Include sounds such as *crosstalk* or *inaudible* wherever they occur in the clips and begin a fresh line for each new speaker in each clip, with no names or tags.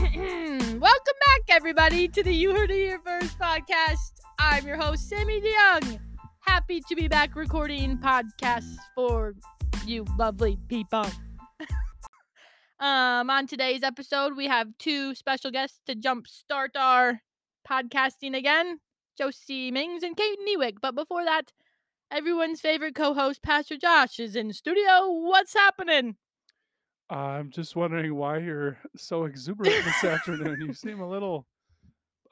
Mm, everybody, to the You Heard It Here First podcast. I'm your host, Sammy DeYoung. Happy to be back recording podcasts for you lovely people. *laughs* um, on today's episode, we have two special guests to jumpstart our podcasting again Josie Mings and Kate Newick. But before that, everyone's favorite co host, Pastor Josh, is in studio. What's happening?
I'm just wondering why you're *laughs* so
*laughs*
exuberant this afternoon. You seem a little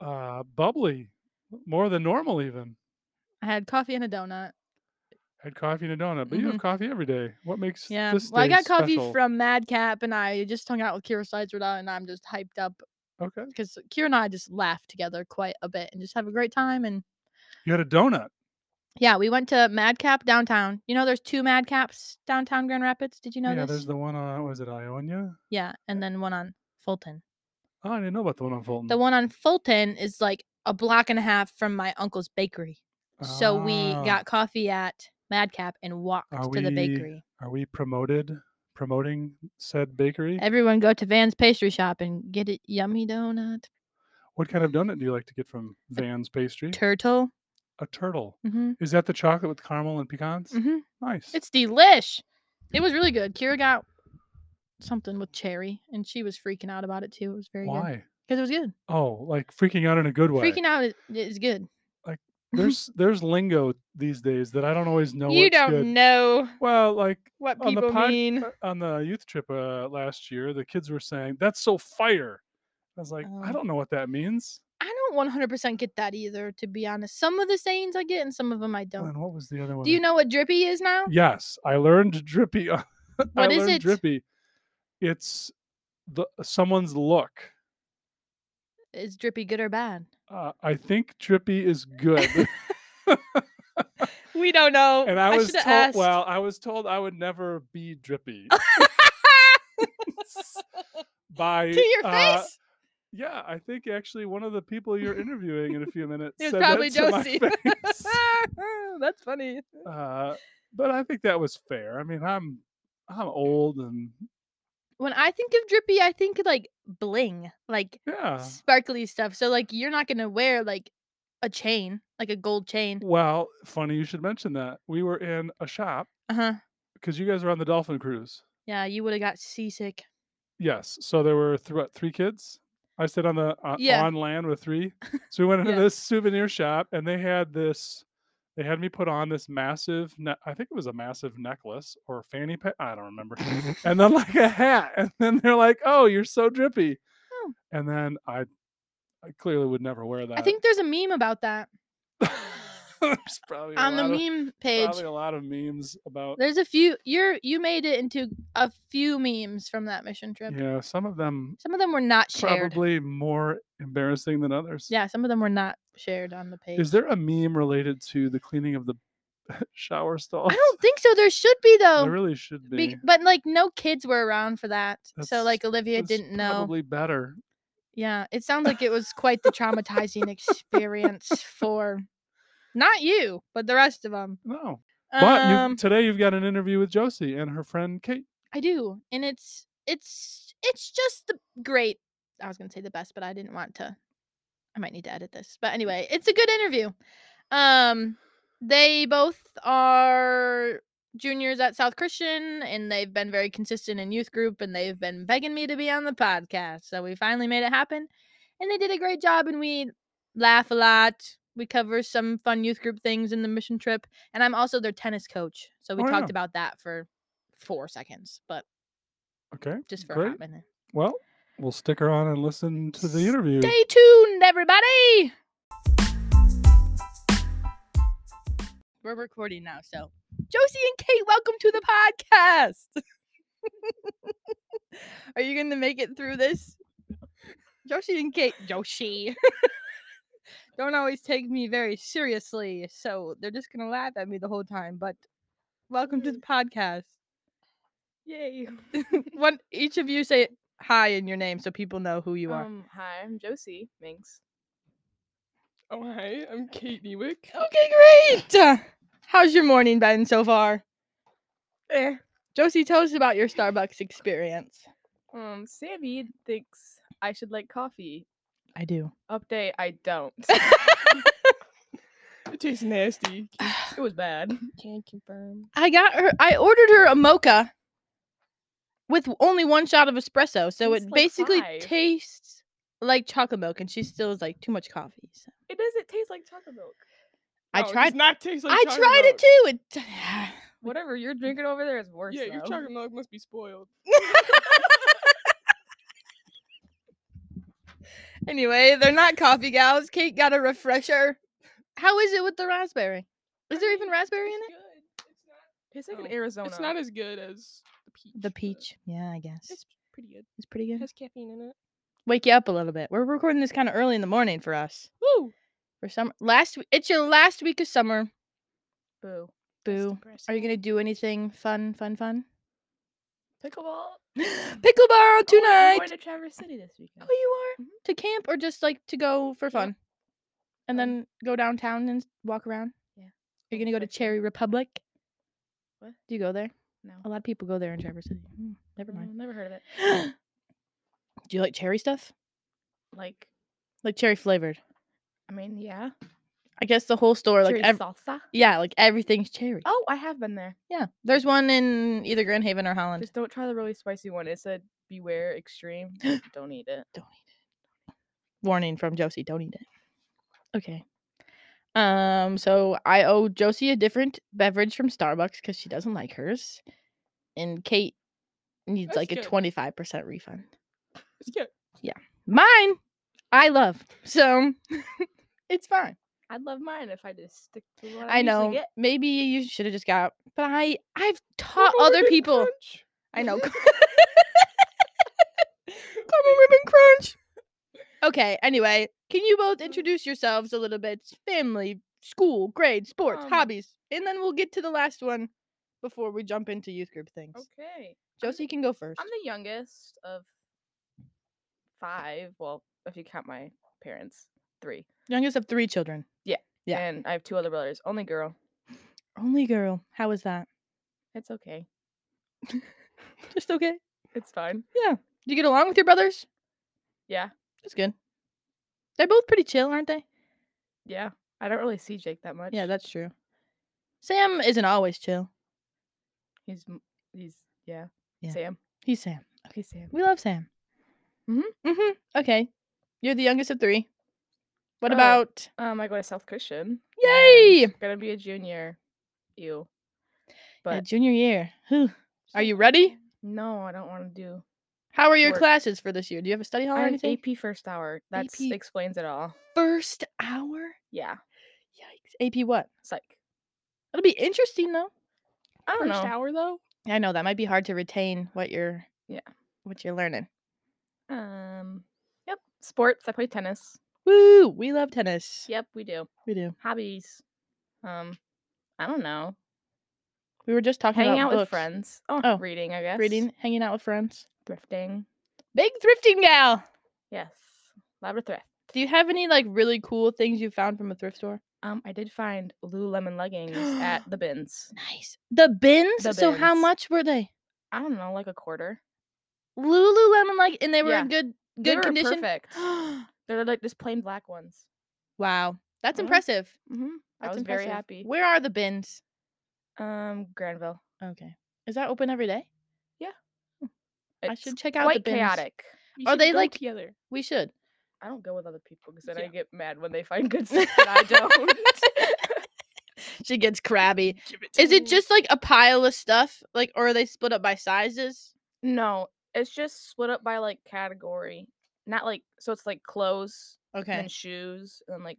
uh, bubbly, more than normal, even.
I had coffee and a donut.
Had coffee and a donut, but you have coffee every day. What makes
Mm-hmm. Yeah.
this
Well, I
day
got coffee
special?
from Madcap, and I just hung out with Kira Sidesrada, and I'm just hyped up
Okay,
because Kira and I just laugh together quite a bit and just have a great time. And
you had a donut.
yeah, we went to Madcap downtown. You know, there's two Madcaps downtown Grand Rapids. Did you know
yeah,
this?
there's the one on was it Ionia?
yeah, and then one on Fulton.
Oh, I didn't know about the one on Fulton.
The one on Fulton is like a block and a half from my uncle's bakery. So we
Ah,
got coffee at Madcap and walked
Are
to the
we-
bakery.
Are we promoted? Promoting said bakery.
Everyone go to Van's Pastry Shop and get it yummy donut.
What kind of donut do you like to get from Van's Pastry?
Turtle.
a turtle.
Mm-hmm.
Is that the chocolate with caramel and pecans?
Mm-hmm.
Nice.
It's delish. It was really good. Kira got something with cherry, and she was freaking out about it too. It was very good
Why?
because it was good.
Oh, like freaking out in a good way.
Freaking out is, is good.
there's there's lingo these days that I don't always know.
you
what's
don't
good.
know
Well, like
what
on the
people
pod-
mean.
uh, on the youth trip uh, last year, the kids were saying that's so fire. I was like,
Oh.
I don't know what that means.
I don't 100% get that either, to be honest. Some of the sayings I get, and some of them I
And
don't.
then what was the other one?
Do you know what drippy is now?
Yes, I learned drippy. uh, *laughs* I
What is
learned
it?
Drippy. It's the someone's look.
Is drippy good or bad?
Uh, I think drippy is good.
We don't know.
and I, was
should've
told, well, I was told I would never be drippy *laughs* by
*laughs* to your
uh,
face.
Yeah, I think actually one of the people you're interviewing in
*laughs*
a few minutes
It was
said
probably
that to my *laughs*
Josie.
face.
*laughs* That's funny.
uh, but I think that was fair. I mean, I'm I'm old and
When I think of drippy, I think like bling, like
yeah.
sparkly stuff. So like you're not gonna wear like a chain, like a gold chain.
Well, funny you should mention that. We were in a shop
Uh huh.
because you guys were on the dolphin cruise.
Yeah, you would have got seasick.
Yes, so there were th- what, three kids. I stayed on the uh,
Yeah.
on land with three. So we went into
Yeah.
this souvenir shop and they had this. They had me put on this massive. Ne- I think it was a massive necklace or fanny pack. I
*laughs*
don't remember. and then like a hat and then they're like oh you're so drippy
Oh.
and then i i clearly would never wear that
I think there's a meme about that
*laughs* there's probably a
on the
lot of,
meme page.
probably a lot of memes about
There's a few. You're you made it into a few memes from that mission trip.
yeah some of them
Some of them were not shared.
probably more embarrassing than others
Yeah, some of them were not shared on the page.
is there a meme related to the cleaning of the *laughs* shower stall
I don't think so. There should be
there
though.
really should
Be-
be
but like no kids were around for that. so
That's-
like Olivia
That's
didn't know.
probably better
Yeah, it sounds
*laughs*
like it was quite the traumatizing experience for not you, but the rest of them.
no but
Um,
you've, today you've got an interview with josie and her friend kate
I do, and it's it's it's just the great. I was gonna say the best, but I didn't want to. I might need to edit this,
Mm.
but anyway, it's a good interview. Um, they both are juniors at South Christian, and they've been very consistent in youth group, and they've been begging me to be on the podcast, so we finally made it happen, and they did a great job, and we laugh a lot. We cover some fun youth group things in the mission trip, and I'm also their tennis coach, so we
Oh,
talked
yeah.
about that for four seconds, but
okay
just for a
great
hot minute.
Well, we'll stick around and listen to the interview.
Stay tuned, everybody. We're recording now, so Josie and Kate, welcome to the podcast. *laughs* Are you going to make it through this? Josie and Kate, Josie. *laughs* Don't always take me very seriously, so they're just going to laugh at me the whole time, but welcome *laughs* to the podcast.
Yay. *laughs*
One each of you say hi in your name so people know who you are.
Um, hi, I'm Josie Minx. Oh, hi, I'm Kate Newick.
Okay, great. Uh, How's your morning been so far?
Eh.
Josie, tell us about your Starbucks experience.
Um, Sammy thinks I should like coffee.
I do.
Update, I don't.
It tastes nasty.
*sighs* it was bad.
Can confirm.
I got her. I ordered her a mocha with only one shot of espresso, so
Tastes
it
like
basically
five.
tastes like chocolate milk, and she still is like too much coffee. So.
It doesn't taste like chocolate milk.
Oh,
I
No, it
tried.
Does not taste like
I
chocolate
tried
milk.
it too. It. *sighs*
Whatever you're drinking over there is worse.
Yeah, your
though.
chocolate milk must be spoiled.
*laughs* anyway, they're not coffee gals. Kate got a refresher. How is it with the raspberry? Is there even raspberry in
It's
it?
It's like
good. It's not- No,
an Arizona.
It's not as good as
The
the peach. but
peach. Yeah, I guess
It's pretty good.
it's pretty
It
good.
has caffeine in it.
Wake you up a little bit. We're recording this kind of early in the morning for us.
Woo!
For summer, last we- it's your last week of summer.
boo.
Boo. Are you gonna do anything fun? Fun? Fun? *gasps*
Pickleball.
Pickleball
Oh, I'm
tonight.
going to Traverse City this weekend.
Oh, you are
Mm-hmm.
to camp or just like to go for fun, and
Fun.
then go downtown and s- walk around.
Yeah.
You're gonna go to
Exactly.
Cherry Republic.
What?
Do you go there?
No.
A lot of people go there in Traverse City. Hmm, Oh, never mind.
never heard of it.
*gasps* Do you like cherry stuff?
Like,
Like cherry flavored?
I mean, yeah.
I guess the whole store, like
Cherry
ev-
salsa.
yeah, like everything's cherry.
Oh, I have been there.
Yeah, there's one in either Grand Haven or Holland.
Just don't try the really spicy one. It said
*laughs*
beware extreme. *laughs* don't eat it.
don't eat it. Warning from Josie, don't eat it. Okay. Um, so I owe Josie a different beverage from Starbucks because she doesn't like hers. And Kate needs like
That's good.
a 25% refund.
It's good.
Mine, I love. So *laughs* it's fine.
I'd love mine if I just stick to what I,
I,
usually
know.
Get.
Maybe you should have just got but I I've taught
Caramel
other
ribbon
people.
crunch.
I
*laughs*
know. *laughs* Caramel ribbon crunch. Okay. Anyway, can you both introduce yourselves a little bit? Family, school, grade, sports,
Um,
hobbies, and then we'll get to the last one before we jump into youth group things.
Okay.
Josie can go 1st
I'm the youngest of five. Well, if you count my parents, three.
Youngest of three children. Yeah.
And I have two other brothers. Only girl.
Only girl. How is that?
It's okay.
Just okay.
It's fine.
Do you get along with your brothers?
Yeah.
That's good. They're both pretty chill, aren't they?
Yeah. I don't really see Jake that much.
Yeah, that's true. Sam isn't always chill.
he's m- he's yeah.
Yeah.
Sam.
He's Sam.
Okay, Sam.
We love Sam.
Mhm.
Mm-hmm. Okay. You're the youngest of three. What
Oh.
about
Um, I go to South Christian.
Yay!
and Gonna be a junior. You.
uh,
But
junior year? Whew. Are you ready?
no, I don't want to do.
How are your
Work.
classes for this year? Do you have a study hall
I
or
have
anything?
AP first hour. That
AP.
explains it all.
First hour?
Yeah.
Yikes. AP what?
Psych.
It'll be interesting though.
I don't
First
know.
hour though.
I know that might be hard to retain what you're
Yeah.
what you're learning.
Um. Yep. Sports. I play tennis.
Woo! We love tennis.
Yep, we do.
We do.
Hobbies. Um. I don't know.
We were just talking
Hanging
about
out with
books.
friends. Oh,
Oh,
reading. I guess.
Reading, hanging out with friends.
Thrifting.
Big thrifting gal.
Yes. Love to thrift.
Do you have any like really cool things you found from a thrift store?
Um, I did find Lululemon leggings
*gasps*
at the bins.
Nice. The bins?
The
so how
bins.
much were they?
I don't know, like a quarter.
Lululemon like and they were
Yeah.
in *gasps* good
They
good
were
condition.
Perfect. They're like just plain black ones.
wow. That's
Yeah.
impressive.
Mm-hmm. I
That's
was
impressive.
very happy.
Where are the bins?
Um, Granville.
Okay. Is that open every day? I
It's
should check out the
Quite
bins.
chaotic.
We
Are
should
they,
go
like-
together?
We should.
I don't go with other people because then I
Yeah.
get mad when they
*laughs*
find *laughs* good stuff and I don't.
She gets crabby.
Give to
Is it
me.
just like a pile of stuff? Like or are they split up by sizes?
no, it's just split up by like category, not like so. It's like clothes and
Okay.
then shoes and then, like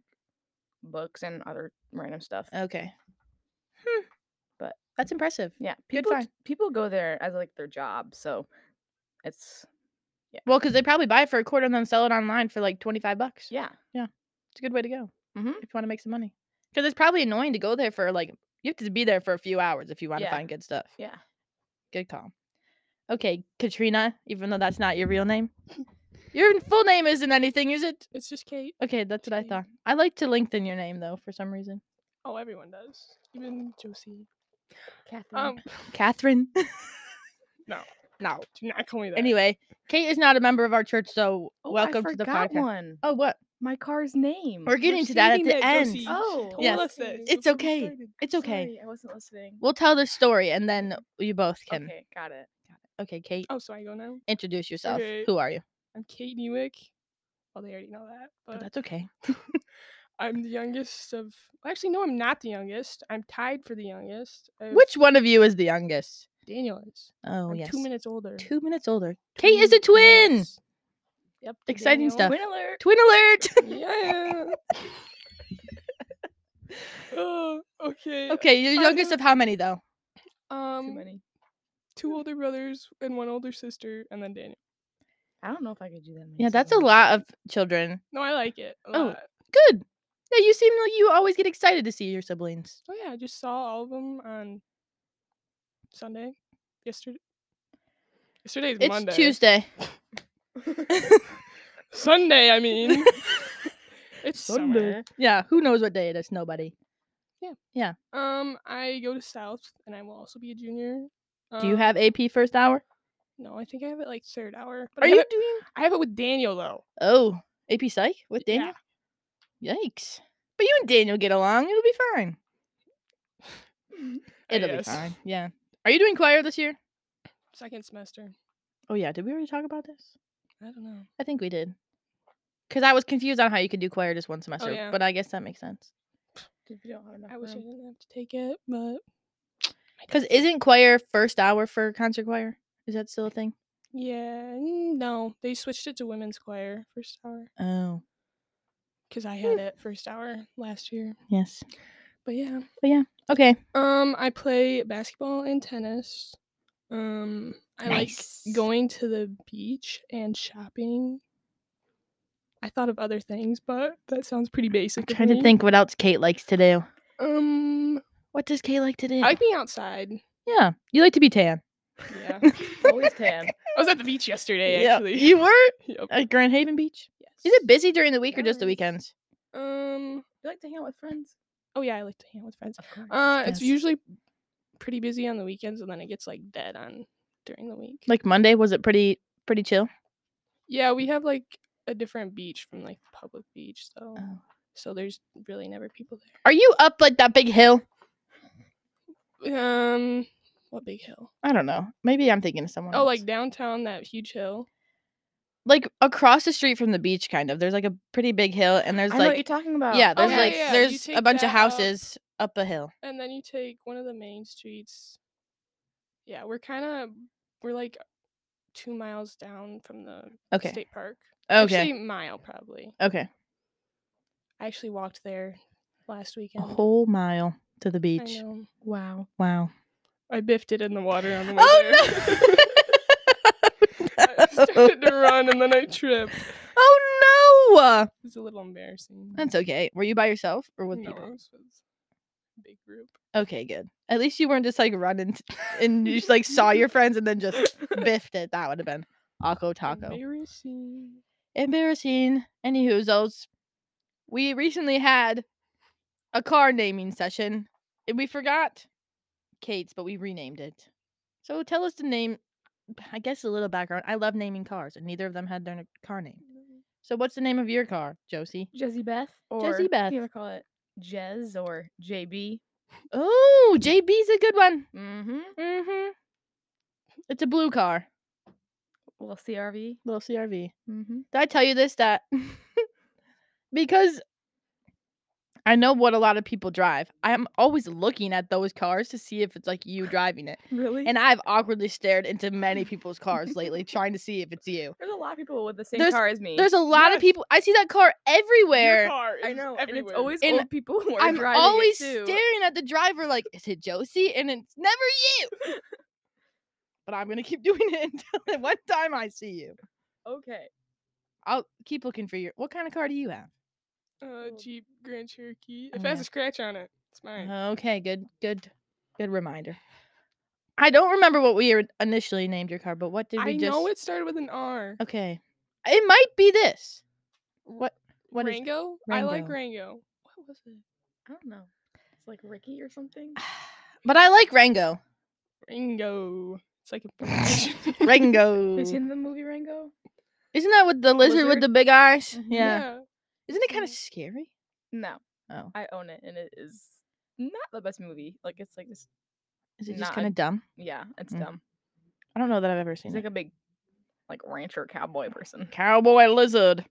books and other random stuff.
Okay. Hmm.
But-
that's impressive.
yeah,
good
people
find.
j- people go there as like their job, so it's
Well, because they probably buy it for a quarter and then sell it online for like twenty five bucks.
yeah.
It's a good way to go
Mm-hmm.
if you want to make some money. Because it's probably annoying to go there for like you have to be there for a few hours if you want to
Yeah.
find good stuff.
Yeah.
Good call. Okay, Katrina, even though that's not your real
*laughs*
name. Your full name isn't anything, is it?
It's just Kate.
Okay, that's what I
Katrina.
thought. I like to lengthen your name though for some reason.
Oh, everyone does. Even Josie.
Mm.
Catherine.
Um,
Catherine.
no.
No.
Do not call me
*laughs*
that.
Anyway, Kate is not a member of our church, so
Oh, I
welcome to the
forgot
podcast.
One.
Oh, what?
My car's name.
We're getting to that at the end.
Oh,
Yes. It's okay. It's okay.
Sorry, I wasn't listening.
We'll tell the story and then you both can. Okay,
Okay, got it.
Kate,
Oh, so I go now.
introduce yourself.
okay.
Who are you?
I'm Kate Newick. Well, they already know that,
But
but
that's okay.
I'm the youngest of. well, Actually, no, I'm not the youngest. I'm tied for the youngest. of-
Which one of you is the youngest?
Daniel is.
Oh,
I'm
yes.
Two minutes older.
Two minutes older. Kate is a twin.
minutes. Yep. to
Exciting stuff.
Win alert.
Twin
*laughs*
alert. *laughs*
yeah. oh, okay.
okay, you're
Oh, I
youngest
know.
of how many though?
Too
Um,
many.
two older brothers and one older sister, and then Daniel.
I don't know if I could do that. many
Yeah, that's a
siblings.
lot of children.
No, I like it. a
Oh.
lot.
Good. Yeah, you seem like you always get excited to see your siblings.
Oh yeah, I just saw all of them on Sunday. Yesterday. Yesterday's
It's
Monday. *laughs*
Tuesday. *laughs*
Sunday, I mean. it's Sunday.
Sunday. Yeah, who knows what day it is? Nobody.
Um, I go to South, and I will also be a junior. Um,
Do you have AP first hour?
No, I think I have it like third hour. But
Are
I have
you
it-
doing?
I have it with Daniel though.
Oh, AP Psych with Daniel. Yikes! But you and Daniel get along. It'll be fine.
Mm, I
It'll be
guess.
fine. Yeah. Are you doing choir this year?
Second semester.
Oh yeah. Did we already talk about this?
I don't know.
I think we did. Because I was confused on how you could do choir just one semester,
Oh, yeah.
but I guess that makes sense.
Dude, we don't have enough
I wish I
Uh-huh.
room.
didn't have to take it, but
Because isn't choir first hour for concert choir? Is that still a thing?
yeah, mm, no, they switched it to women's choir first hour
Oh
because I
Hmm.
had it first hour last year.
yes.
But yeah,
Okay.
um, I play basketball and tennis. Um, I
Nice.
like going to the beach and shopping. I thought of other things, but that sounds pretty basic.
I'm
of
trying to
me.
think what else Kate likes to do.
Um,
What does Kate like to do?
I like being outside.
yeah, you like to be tan.
Yeah,
Always tan.
I was at the beach yesterday.
Yeah,
Actually, *laughs*
you were
Yep.
at Grand Haven Beach.
Yes.
Is it busy during the week or just the
Yes.
weekends?
Um.
You like to hang out with friends?
Oh yeah, I like to hang out with friends.
Of course.
Uh, it's
Yes.
usually pretty busy on the weekends, and then it gets like dead on during the week.
Like Monday was it pretty pretty chill?
yeah, we have like a different beach from like the public beach, so
Oh.
so there's really never people
Are you up like that big hill?
there. Um, what big hill?
I don't know. Maybe I'm thinking of someone.
Oh,
else.
like downtown, that huge hill.
like across the street from the beach, kind of. There's like a pretty big hill, and there's
I know what you're
like
talking about.
yeah,
Oh,
there's
yeah,
like
yeah, you
there's a
take
bunch of
that up.
houses up a hill.
And then you take one of the main streets. Yeah, we're kind of we're like two miles down from the
Okay.
state park.
Okay.
Actually, mile probably.
okay.
I actually walked there last
A
weekend.
whole mile to the
I
beach.
know.
Wow.
Wow.
I biffed it in the water on the way
Oh
there. *laughs*
*laughs* no!
I started to run and then
*laughs*
I tripped. It
oh no!
was a little embarrassing.
That's okay. Were you by yourself or with
No,
people?
this was a big group.
Okay, good. At least you weren't just like running t- *laughs* and you just, like saw *laughs* your friends and then just
*laughs*
biffed it. That would have been Akko Taco.
Embarrassing.
embarrassing. Any hoozles. We recently had a car naming session and we forgot Kate's, but we renamed it. So tell us the name. I guess a little background. I love naming cars, and neither of them had their n- car name. So what's the name of your car, Josie?
Jezzy Beth or
Jezzy
Do
Beth.
you ever call it Jez or JB?
Oh, JB's a good one.
Mm-hmm.
Mm-hmm. It's a blue car,
Well, CRV.
little CRV.
Mm-hmm.
Did I tell you this that *laughs* because I know what a lot of people drive. I'm always looking at those cars to see if it's like you driving it.
Really?
And I've awkwardly stared into many people's cars lately trying to see if it's you.
there's a lot of people with the same
There's-
car as me.
There's a lot of
Yes.
people I see that car
Your
everywhere.
car
I
is
know, and it's
everywhere.
always
And
old people who are
I'm
driving
always
it too.
staring at the driver like, is it Josie? And it's never you. but I'm gonna keep *laughs* doing it until the one time I see you.
Okay.
I'll keep looking for your what kind of car do you have?
uh, Jeep Grand Cherokee.
Oh,
If it has
yeah. Uh-huh.
a scratch on it, it's mine.
Okay, good, good, good reminder. I don't remember what we ori- initially named your car, but what did we
I
just?
know it started with an R.
Okay, it might be this. What? What is? *sighs*
Rango? I like Rango.
What was it? I don't know. It's like Ricky or something.
*laughs*
But I like Rango.
Rango.
*laughs*
so I can. put it *laughs* in.
Rango.
Have you seen the movie Rango?
Isn't that with the lizard, with
Lizard?
the big eyes?
Uh,
Yeah. Isn't it
Mhm.
kind of scary?
No,
Oh,
I own it, and it is not the best movie. Like it's like this.
is it just
Nah,
kind of dumb?
Yeah, it's
Mm.
dumb.
I don't know that I've ever seen
He's
it.
like a big, like rancher cowboy person.
cowboy lizard.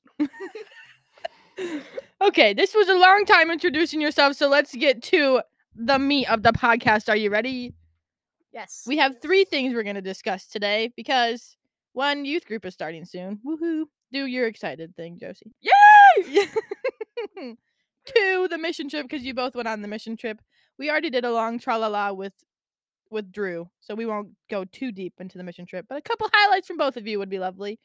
okay, this was a long time introducing yourself, so let's get to the meat of the podcast. Are you ready?
Yes.
We have three things we're going to discuss today because one youth group is starting soon. Woohoo! Do your excited thing, Josie.
Yay!
*laughs* Two, the mission trip because you both went on the mission trip. We already did a long tra la la with with Drew, so we won't go too deep into the mission trip. But a couple highlights from both of you would be lovely.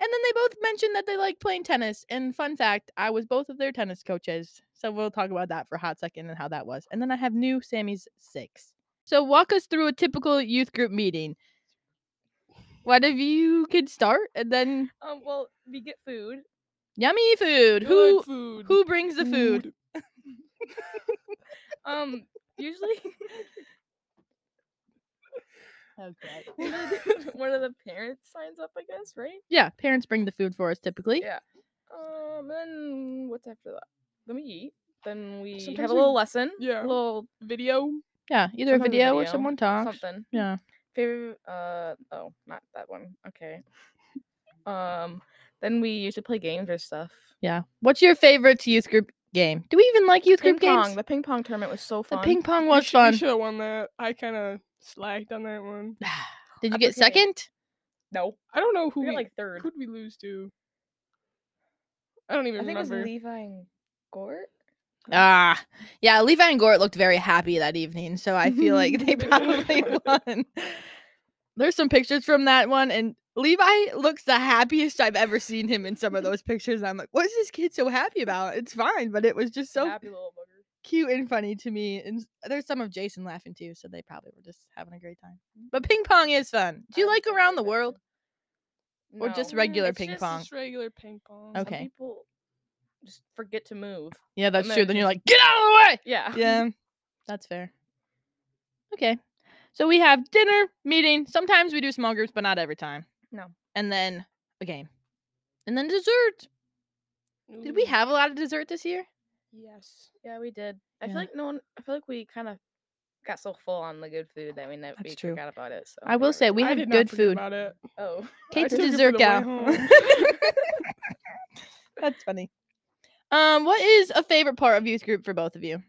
And then they both mentioned that they like playing tennis. And fun fact, I was both of their tennis coaches, so we'll talk about that for a hot second and how that was. And then I have new Sammy's six. So walk us through a typical youth group meeting. What if you could start and then
Um. Well, we get food.
yummy food?
I like
Who
food.
who brings the food?
Um. Usually. *laughs* Usually the- one of the parents signs up, I guess, right?
*laughs* Yeah, parents bring the food for us typically.
Yeah. Um. Then what's after that? Then we eat. Then we have
Sometimes
a
we-
little lesson.
yeah.
A little
Video.
Yeah, either a
Sometimes a
video, or
video,
someone talks.
something.
Yeah.
Favorite. Uh. Oh, not that one.
*laughs*
Okay. Um. Then we usually play games or stuff.
Yeah. What's your favorite youth group game? Do we even like youth
Ping
group games?
pong. The ping pong tournament was so
The
fun.
ping pong
We
was
should,
fun.
should have won that. I kind of slacked on that one.
*sighs* Did you
That's
get
okay.
second?
No.
I don't know who
We
we,
got like third.
who'd we lose to. I don't even
I think it was
remember.
Levi and Gort.
Ah, yeah. Levi and Gort looked very happy that evening, so I feel like they probably *laughs* won. There's some pictures from that one, and Levi looks the happiest I've ever seen him in some of those pictures. I'm like, what is this kid so happy about? It's fine, but it was just so
happy little bugger.
cute and funny to me. And s- there's some of Jason laughing too, so they probably were just having a great time. But ping pong is fun. Do you
I
like
enjoyed
around the
that
world?
one.
Or just
No.
regular
Oh, it's
ping
just
pong.
Just regular ping pong.
Some
Okay.
people just forget to move.
Yeah, that's
then
true. Then you're
just-
like, get out of
Yeah.
the way. Yeah, *laughs* that's fair. Okay, so we have dinner meeting. Sometimes we do small groups, but not every time.
No.
And then a game, and then dessert. Did we
Ooh,
have a lot of dessert this year?
Yes.
Yeah, we did. I
Yeah.
feel like no one. I feel like we kind of got so full on the good food that we never
That's
we
true.
forgot about it. So
I will say we
I
had
did not
good
forget
food.
About it.
Oh,
Kate's
took it for
dessert
the way
gal.
home.
*laughs* That's funny. Um, what is a favorite part of youth group for both of you?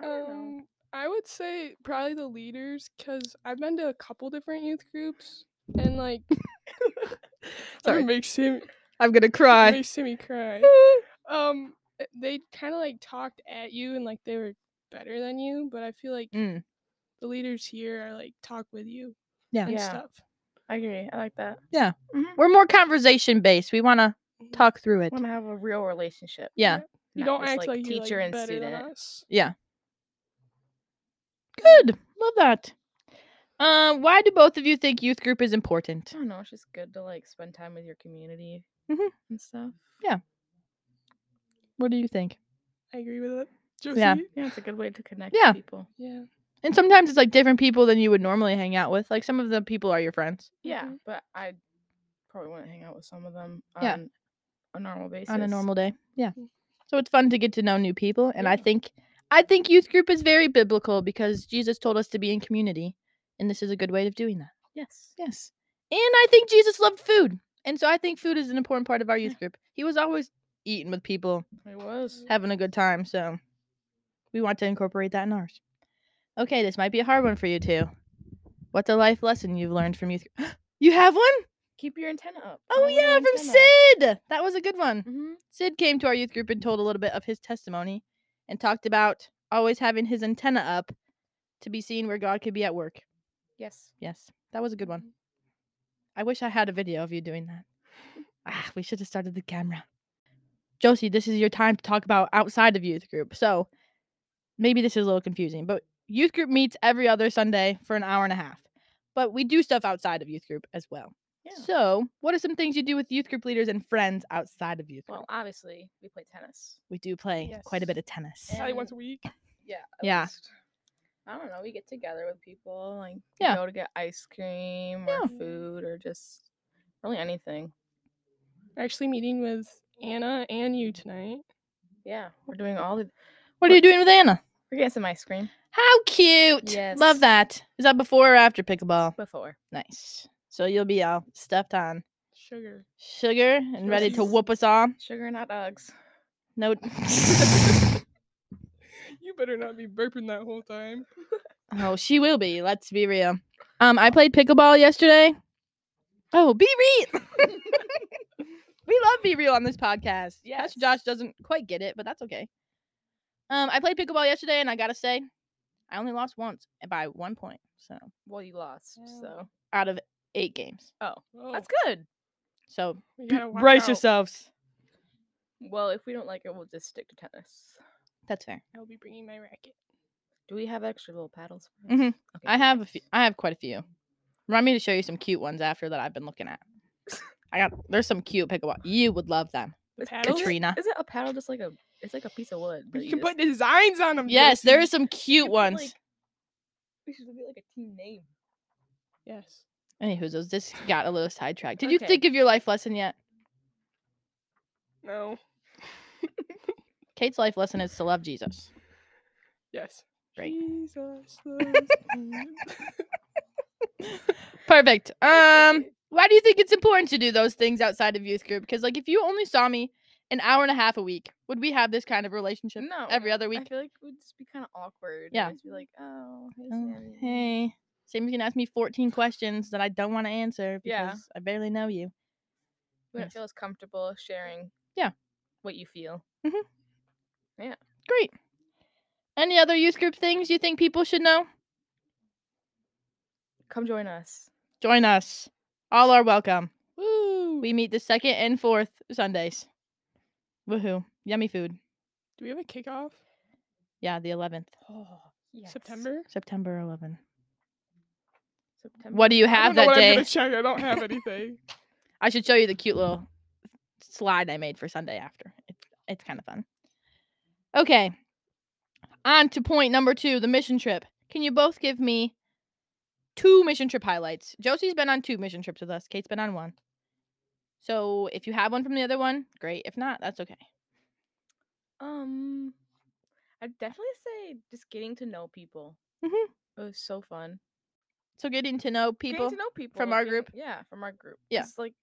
I
Oh,
don't know.
Um, I would say probably the leaders because I've been to a couple different youth groups and like. *laughs*
Sorry.
Sorry, make Sammy
I'm gonna cry.
make
*laughs*
Sammy cry. Um, uh, they kind of like talked at you and like they were better than you, but I feel like
Mm.
the leaders here are like talk with you
Yeah.
and
Yeah.
stuff.
I agree. I like that.
Yeah.
Mhm.
We're more conversation based. We want to
Mhm.
talk through it.
Want to have a real relationship?
Yeah.
You
not
don't
just,
act
like,
like, you're
teacher
like,
and
better than
student.
us.
Good. Love that. Um, why do both of you think youth group is important?
I don't know. It's just good to like spend time with your community
Mhm.
and stuff.
What do you think?
I agree with it. *laughs* Josie?
Yeah.
Yeah, it's a good way to connect
Yeah.
with people.
Yeah.
And sometimes it's like different people than you would normally hang out with. Like some of the people are your friends
Yeah,
Mhm.
but I probably wouldn't hang out with some of them on
Mm-hmm. Yeah.
a normal basis.
on a normal day. Yeah.
Mm.
So it's fun to get to know new people. And I
Yeah.
think I think youth group is very biblical because Jesus told us to be in community. And this is a good way of doing that.
Yes.
Yes. And I think Jesus loved food. And so I think food is an important part of our youth group. He was always eating with people,
It was.
having a good time. So we want to incorporate that in ours. Okay, this might be a hard one for you too. What's a life lesson you've learned from youth? gr- *gasps* You have one?
Keep your antenna up.
Oh, yeah, from Sid. That was a good one.
hmm
Sid came to our youth group and told a little bit of his testimony and talked about always having his antenna up to be seen where God could be at work.
Yes.
Yes, that was a good one. I wish I had a video of you doing that. Ah, we should have started the camera. Josie, this is your time to talk about outside of youth group. So maybe this is a little confusing, but youth group meets every other Sunday for an hour and a half. But we do stuff outside of youth group as well.
Yeah.
So, what are some things you do with youth group leaders and friends outside of youth group?
well, obviously, we play tennis.
we do play quite a
Yes.
bit of tennis.
Yeah.
Probably once a week.
Yeah.
Yeah.
least. I don't know. We get together with people, like
Yeah.
yeah. go to get ice cream
Yeah.
or food or just really anything.
We're actually meeting with Anna and you tonight.
Yeah, we're doing all the.
What are you doing with Anna?
We're getting some ice cream
How cute! Love
Yes.
that. Is that before or after pickleball?
before.
Nice. So you'll be all stuffed on
Sugar.
sugar and ready to *laughs*
Yes.
whoop us all.
Sugar and hot dogs.
No.
*laughs*
*laughs*
You better not be burping that whole time.
oh, she will be. Let's be real. Um, I played pickleball yesterday. Oh, be real. *laughs* we love be real on this podcast.
Yes.
Pastor Josh doesn't quite get it, but that's okay. Um, I played pickleball yesterday, and I gotta say, I only lost once by one point. So
Well, you lost,
Yeah.
so
out of eight games.
Oh,
that's good.
So
We gotta watch
brace
out.
yourselves.
Well, if we don't like it, we'll just stick to tennis.
That's fair.
I'll be bringing my racket.
Do we have extra little paddles? for us?
Mhm.
Okay.
I have a few. I have quite a few. Remind me to show you some cute ones after that I've been looking at. I got there's some cute pickleball. You would love
*laughs*
them,
Is-
paddles?
Katrina.
Is it a paddle just like a? It's like a piece of wood. but
You can
just-
put designs on them.
Yes, there are some cute ones.
we should be like a team name.
Yes.
Anywho, this got a little sidetracked. Did you
Okay.
think of your life lesson yet?
No.
Kate's life lesson is to love Jesus.
Yes.
Great.
Jesus loves me.
Perfect. Um, *laughs* why do you think it's important to do those things outside of youth group? Because like, if you only saw me an hour and a half a week, would we have this kind of relationship?
No,
every other
I
week.
feel like it would just be kind of awkward.
Yeah.
It'd just be like, oh, here's
Oh,
Annie."
hey, Sammy's gonna ask me 14 questions that I don't want to answer because
Yeah.
I barely know you.
We don't
Yes.
feel as comfortable sharing.
Yeah.
What you feel.
Great. Any other youth group things you think people should know?
Come join us.
Join us. All are welcome.
Woo.
We meet the second and fourth Sundays. Woohoo. Yummy food.
Do we have a kickoff?
Yeah, the 11th.
Oh, yes.
September?
September 11th.
September.
What do you
I
have
don't know
that
what I'm
day?
gonna check. I don't have anything.
I should show you the cute little slide I made for Sunday after. It's it's kind of fun. Okay. On to point number two, the mission trip. Can you both give me two mission trip highlights? Josie's been on two mission trips with us. Kate's been on one. So if you have one from the other one, great. If not, that's okay.
Um, I'd definitely say just getting to know people.
Mhm.
It was so fun.
So getting to know people.
Getting to know people
from our
getting-
group?
Yeah, from our group.
Yeah.
It's like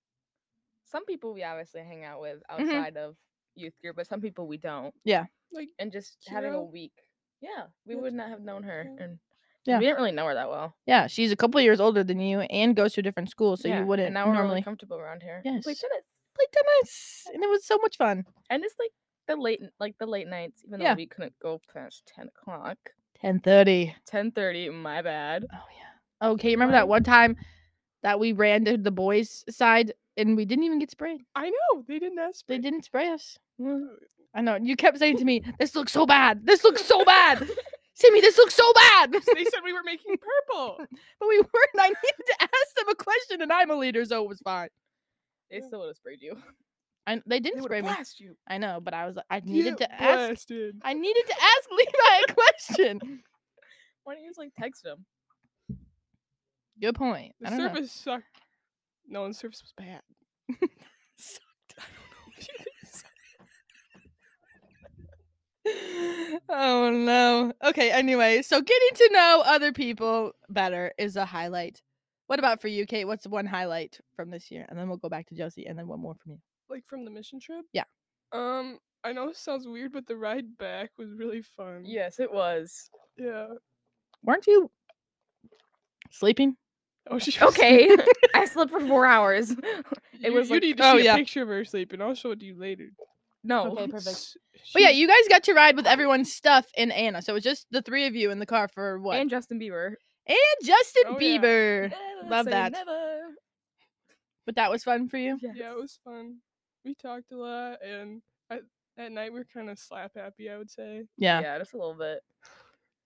some people we obviously hang out with
Mhm.
outside of youth group, but some people we don't.
Like
And just having a
Kira?
week. Yeah, we
Yeah,
would not have known her,
Kira.
and
Yeah.
we didn't really know her that well.
yeah, she's a couple years older than you and goes to a different school, so
Yeah,
you wouldn't
And now we're
normally
really comfortable around here. Oh We play
Yes.
tennis.
play tennis. And it was so much fun.
And it's like the late, n- like the late nights, even
Yeah.
though we couldn't go past ten o'clock,
Ten thirty.
ten thirty. My bad.
Oh yeah. Okay, you remember that one
Right.
time that we ran to the boys' side and we didn't even get sprayed.
I know they didn't ask.
They
for-
didn't spray us.
Oh,
I know. You kept saying
*laughs*
to me, "This looks so bad. This looks so bad." Sammy, this looks so bad. *laughs*
they said we were making purple.
but we weren't. I needed to *laughs* ask them a question, and I'm a leader, so it was fine.
They
Yeah.
still would have sprayed you. *laughs*
I, they didn't
They would
spray me.
blast you.
I know, but I was. I needed
Get
to ask.
blasted.
I needed to ask *laughs* Levi a question.
Why don't you just like text them?
Good point.
The
I don't know.
surface sucked. No, the surface was bad. sucked. I don't know.
oh no. Okay, anyway, so getting to know other people better is a highlight. What about for you, Kate? What's one highlight from this year? And then we'll go back to Josie and then one more from you.
like from the mission trip.
Yeah.
Um, I know it sounds weird, but the ride back was really
Mm.
fun.
Yes, it was.
Yeah. *laughs*
Weren't you sleeping?
Oh, she
*laughs*
*laughs*
was
Okay, I slept for four hours.
It
was
was. You
like-
need to
oh,
see
yeah. Oh,
a picture of her sleeping. I'll show it to you later.
No,
*laughs*
Okay,
*laughs*
perfect.
S-
But yeah,
she-
you guys got to ride with everyone's stuff and Anna. So it was just the three of you in the car for what?
and Justin Bieber.
And Justin
Oh, yeah.
Bieber.
Never
Love
say
that. *laughs*
Never.
But that was fun for you?
Yeah, it was fun. We talked a lot, and at, at night we are kind of slap happy. I would say.
Yeah.
yeah, just a little bit.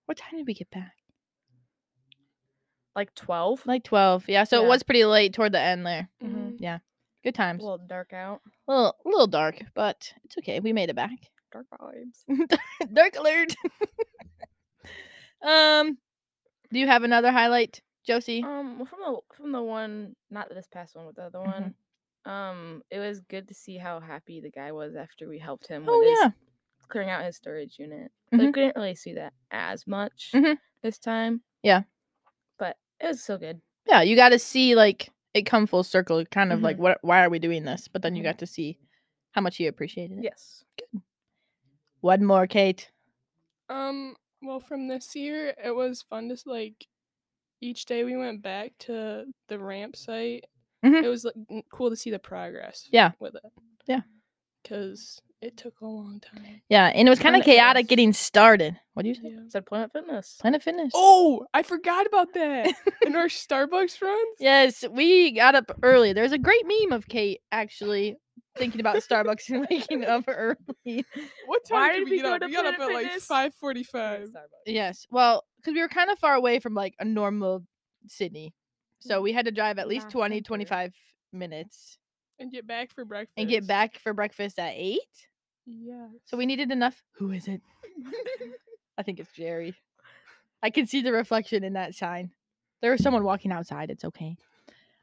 What time did we get back?
Like twelve.
Like 12. Yeah, Mm. so it
Yeah.
was pretty late toward the end there.
Mhm.
Mhm.
Good
a
times.
little dark out.
little, little dark, but it's okay. We made it back. *laughs*
Dark vibes.
Dark alert. um, Do you have another highlight, Josie?
Um, well, from the from the one, not this past one, but the other
Mhm.
one, um, it was good to see how happy the guy was after we helped him
Oh,
with his
yeah.
clearing out his storage unit. So
Mhm.
You couldn't really see that as much
Mhm.
this time.
Yeah.
but it was so good.
Yeah, you got to see like it come full circle, kind of like
Mhm.
what? Why are we doing this? But then you
Mhm.
got to see how much you appreciated it.
Yes.
One more, Kate.
Um, well, from this year, it was fun to s- like each day we went back to the ramp site.
Mhm.
It was like n- cool to see the progress.
Yeah.
With it.
Yeah.
Because it took a long time.
Yeah, and it was kind of
Planet Fitness.
chaotic getting started. What do you say?
Yeah.
Said Planet Fitness.
Planet Fitness.
Oh, I forgot about that. In our Starbucks runs.
*laughs* Yes, we got up early. There's a great meme of Kate actually thinking about Starbucks *laughs*
*laughs*
and waking up *laughs* early.
What time
Why
did,
did
we
we
get
go
up?
to
We got up
Planet
at like
Fitness?
five
Yeah,
forty-five.
Starbucks.
Yes. Well, because we were kind of far away from like a normal Sydney.
Mm.
So we had to drive at least
Not
20,
center.
25 minutes
And get back for breakfast.
and get back for breakfast at eight.
Yeah.
So we needed enough. Who is it? I think it's Jerry. I can see the reflection in that sign. There was someone walking outside. It's okay.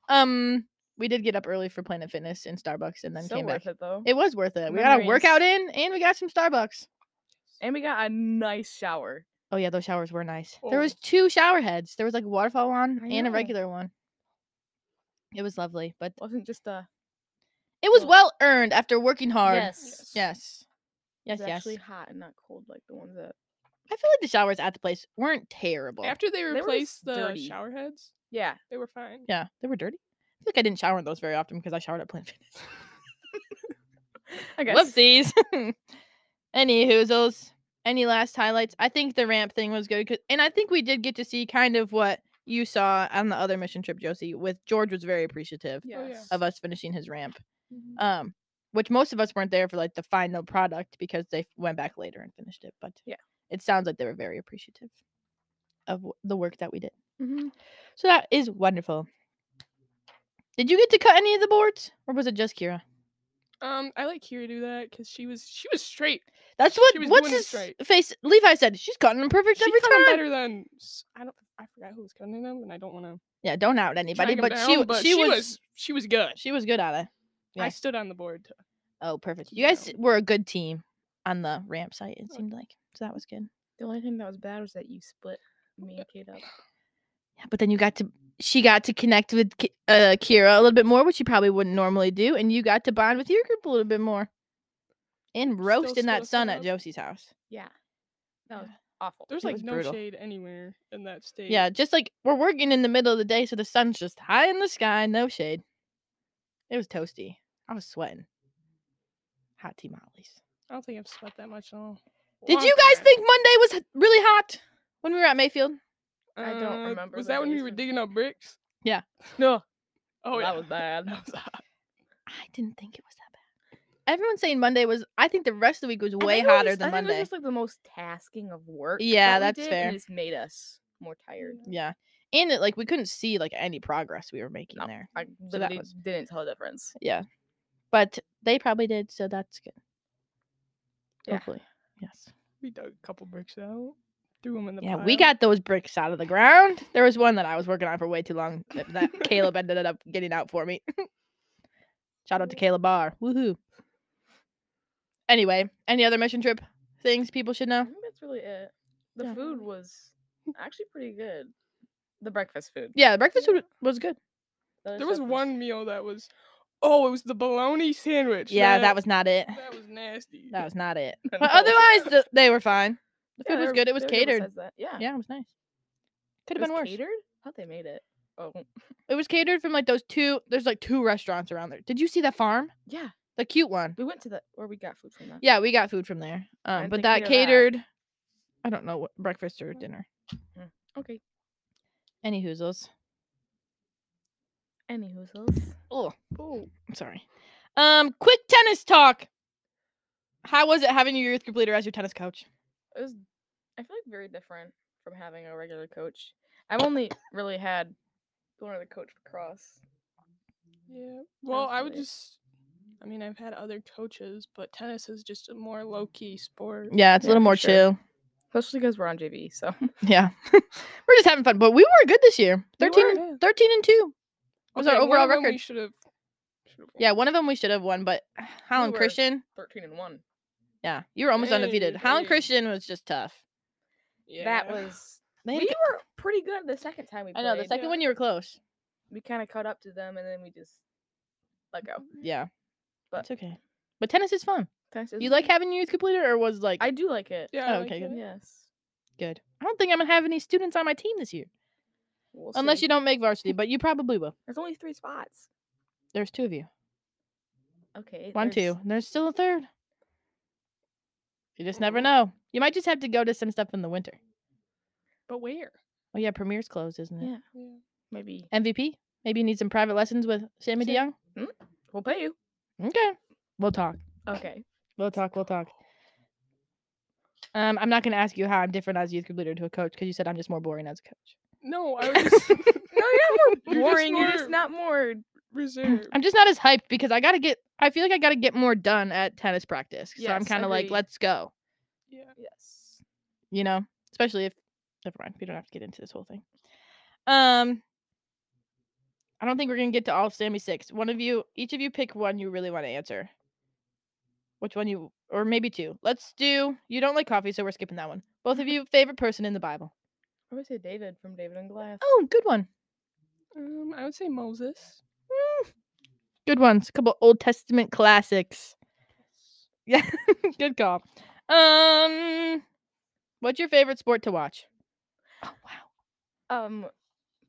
Um, we did get up early for Planet Fitness and Starbucks, and then
so
came
worth
back.
it though.
It was worth it. We got a
Memories.
workout in and we got some Starbucks.
and we got a nice shower.
Oh yeah, those showers were nice. There was
Oh.
two shower heads. There was like a waterfall one
I
and a
know.
regular one. It was lovely, but
Wasn't just a
it was
Well-
well earned after working hard.
yes.
Yes.
It
Yes,
was
yes.
actually hot and not cold like the ones that
I feel like the showers at the place weren't terrible.
*laughs* After they
were
replaced the
dirty.
shower heads,
yeah.
they were fine.
yeah, they were dirty. I feel like I didn't shower in those very often because I showered at Planet Fitness.
*laughs* I guess
Whoopsies. *laughs* any hoozles? Any last highlights? I think the ramp thing was good, 'cause- and I think we did get to see kind of what you saw on the other mission trip, Josie. With George was very appreciative
Oh, yeah.
Yes.
of us finishing his ramp,
Mhm.
um, which most of us weren't there for like the final product because they went back later and finished it. But
Yeah.
it sounds like they were very appreciative of w- the work that we did.
Mm-hmm.
Mhm.
So that is wonderful. Did you get to cut any of the boards, or was it just Kira?
Um, I let Kira do that because she was she was straight.
That's what
She was
what's
doing this
his
right.
face? Levi said she's cutting them perfect
She
every
cut 'em
time.
better than s- I don't I forgot who was cutting them, and I don't want to.
Yeah, don't out anybody, but, she,
down, but
she was,
she was good.
she was good at it. yeah.
I stood on the board. To,
Oh, perfect. You
Yeah.
guys were a good team on the ramp site. It
Oh.
seemed like so that was good.
The only thing that was bad was that you split me and *laughs* Kate up.
Yeah, but then you got to she got to connect with Ki- uh, Kira a little bit more, which you probably wouldn't normally do, and you got to bond with your group a little bit more. And roast in that
still set
sun at
up.
Josie's house.
Yeah. That was
Yeah.
awful.
there's
It
like
*laughs*
was
no
brutal.
shade anywhere in that state.
Yeah, just like we're working in the middle of the day, so the sun's just high in the sky, no shade. It was toasty. I was sweating. Hot tea tamales.
I don't think I've sweat that much at all.
Did
Long
you guys
time.
think Monday was h- really hot when we were at Mayfield?
I don't
Uh,
remember
Was
the
that when we
days
were
of-
digging up bricks?
*laughs* Yeah.
No. Oh yeah.
That was bad. *laughs*
*laughs* That was hot.
I didn't think it was that bad. Everyone's saying Monday was. I think the rest of the week was
I
way
think it was
hotter
just-
than
I think it was
Monday.
just like the most tasking of work.
Yeah,
that we
that's
did, and
fair.
It just made us more tired.
yeah, and it, like we couldn't see like any progress we were making
No,
there.
I
that
literally
was-
didn't tell the difference.
Yeah, but they probably did, so that's good.
Yeah.
Hopefully, yes.
We dug a couple bricks out, threw them in the.
yeah, we
pile.
got those bricks out of the ground. There was one that I was working on for way too long that, that Caleb ended up getting out for me. *laughs* Shout out to Caleb Barr. Woohoo. Anyway, any other mission trip things people should
I
know?
think that's really it. The
Yeah.
food
*laughs*
was actually pretty good. The breakfast food.
Yeah, the breakfast food was good.
The other
There was
stuff *laughs*
one meal that was. Oh, it was the bologna sandwich.
Yeah, that was not it.
That was nasty.
That was not *laughs* it.
I
But
know.
otherwise, the, they were fine. The
Yeah,
food
they
was
were-
good. It was
they were
catered.
besides that. Yeah.
Yeah, it was nice. Could
It
have
was
been worse.
Catered? I thought they made it. Oh
It was catered from like those two. There's like two restaurants around there. Did you see the farm?
yeah.
The cute one.
We went to the where we got food from that.
Yeah, we got food from there. Um,
I'd
but
think
that
we did that.
catered. I don't know what breakfast or dinner.
Okay.
Any hoozles.
Any hoozles?
Oh,
Oh,
I'm sorry. Um, quick tennis talk. How was it having your youth group leader as your tennis coach?
It was I feel like very different from having a regular coach. I've only really had one other coach for cross.
yeah. Well, I would
really-
just. I mean, I've had other coaches, but tennis is just a more low key sport.
Yeah, it's a
Yeah,
little
for
more
sure.
chill.
Especially because we're on JV, so *laughs*
Yeah. we're just having fun. But we were good this year.
We
13,
were,
and-
yeah.
13 and 2. was our
Okay, one
overall
of them We
record.
should have.
Yeah, one of them we should have won, but Holland
were.
Christian,
thirteen and one.
yeah, you were almost
Dang,
undefeated. Holland
dang.
Christian was just tough.
That was
They
we
had a good-
were pretty good the second time we
I
played.
know the second
yeah.
one you were close.
we kind of caught up to them, and then we just let go.
Yeah,
But-
it's okay. But tennis is fun.
Texas-
You like having your youth completer, or was like
*laughs* I do like it.
*laughs* Yeah.
Oh,
like
okay, good.
it.
Yes.
good? I don't think I'm gonna have any students on my team this year,
We'll
unless
see.
you don't make varsity. But you probably will.
There's only three spots.
There's two of you.
Okay.
One,
there's-
two. And there's still a third. You just never know. You might just have to go to some stuff in the winter.
But where?
Oh yeah, Premier's closed, isn't it?
Yeah.
Yeah.
Maybe
MVP. Maybe you need some private lessons with Sammy
Sam-
DeYoung.
we'll pay you.
Okay, we'll talk.
Okay.
We'll talk. We'll talk. Um, I'm not going to ask you how I'm different as a youth group leader to a coach because you said I'm just more boring as a coach.
No, I *laughs* was just
No, *laughs* you're not more
You're just
boring. You're just
more-
not more.
reserved.
I'm just not as hyped because I got to get. I feel like I got to get more done at tennis practice. So I'm
Yes,
kind of like,
agreed.
let's go.
yeah.
Yes.
You know, especially if. Never mind. We don't have to get into this whole thing. Um. I don't think we're gonna get to all of Sammy six. One of you, each of you, pick one you really want to answer. Which one you, or maybe two. Let's do. You don't like coffee, so we're skipping that one. Both *laughs* of you, favorite person in the Bible.
I would say David from David and Glass.
Oh, good one.
Um, I would say Moses.
Mm, Good ones. A couple Old Testament classics. Yeah, *laughs* good call. Um, what's your favorite sport to watch? Oh wow,
Um,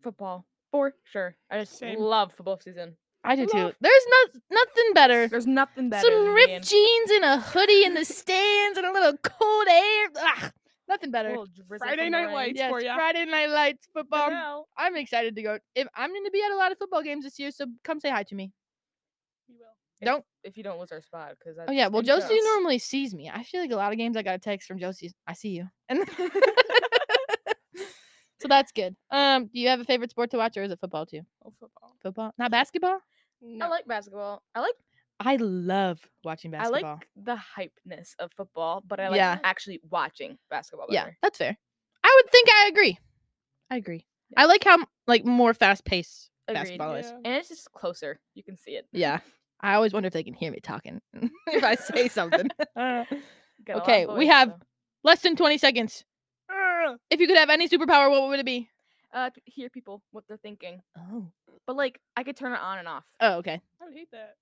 football for sure. I just
Same.
love football season.
I do too.
Love-
There's no nothing better.
There's nothing better.
Some
than
ripped
being
jeans and a hoodie in the stands and a little cold air. Ugh, nothing
a
better.
little drizzle
Friday
from the
Night
rain.
Lights.
yes,
for ya.
Friday night lights football.
Hello.
I'm excited to go. If I'm going to be at a lot of football games this year, so come say hi to me.
You will.
If-
Don't
if you don't lose our spot because
Oh yeah, well
and
Josie
Josie.
normally sees me. I feel like a lot of games I got a text from Josie. I see you, and *laughs* so that's good. Um, do you have a favorite sport to watch, or is it football too?
Oh, football.
Football, not basketball.
No.
I like basketball. I like
I love watching basketball.
I like the hypeness of football, but I like
Yeah.
actually watching basketball.
yeah,
better.
that's fair. I would think I agree. I agree. I like how m- like more fast paced
Agreed.
basketball is.
Yeah.
and it's just closer. You can see it.
Yeah. I always wonder if they can hear me talking *laughs* if I say *laughs* something.
Got a lot of
Okay, we
voice,
have-
so.
Less than twenty seconds.
Ah,
If you could have any superpower, what would it be?
uh to hear people what they're thinking,
Oh.
but like I could turn it on and off.
Oh, okay.
I would hate that.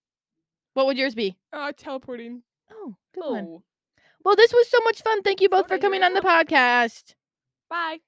What would yours be?
Uh, teleporting.
Oh,
Cool.
Well, this was so much fun. Thank you both
Soda,
for
you're
coming on the podcast.
Bye.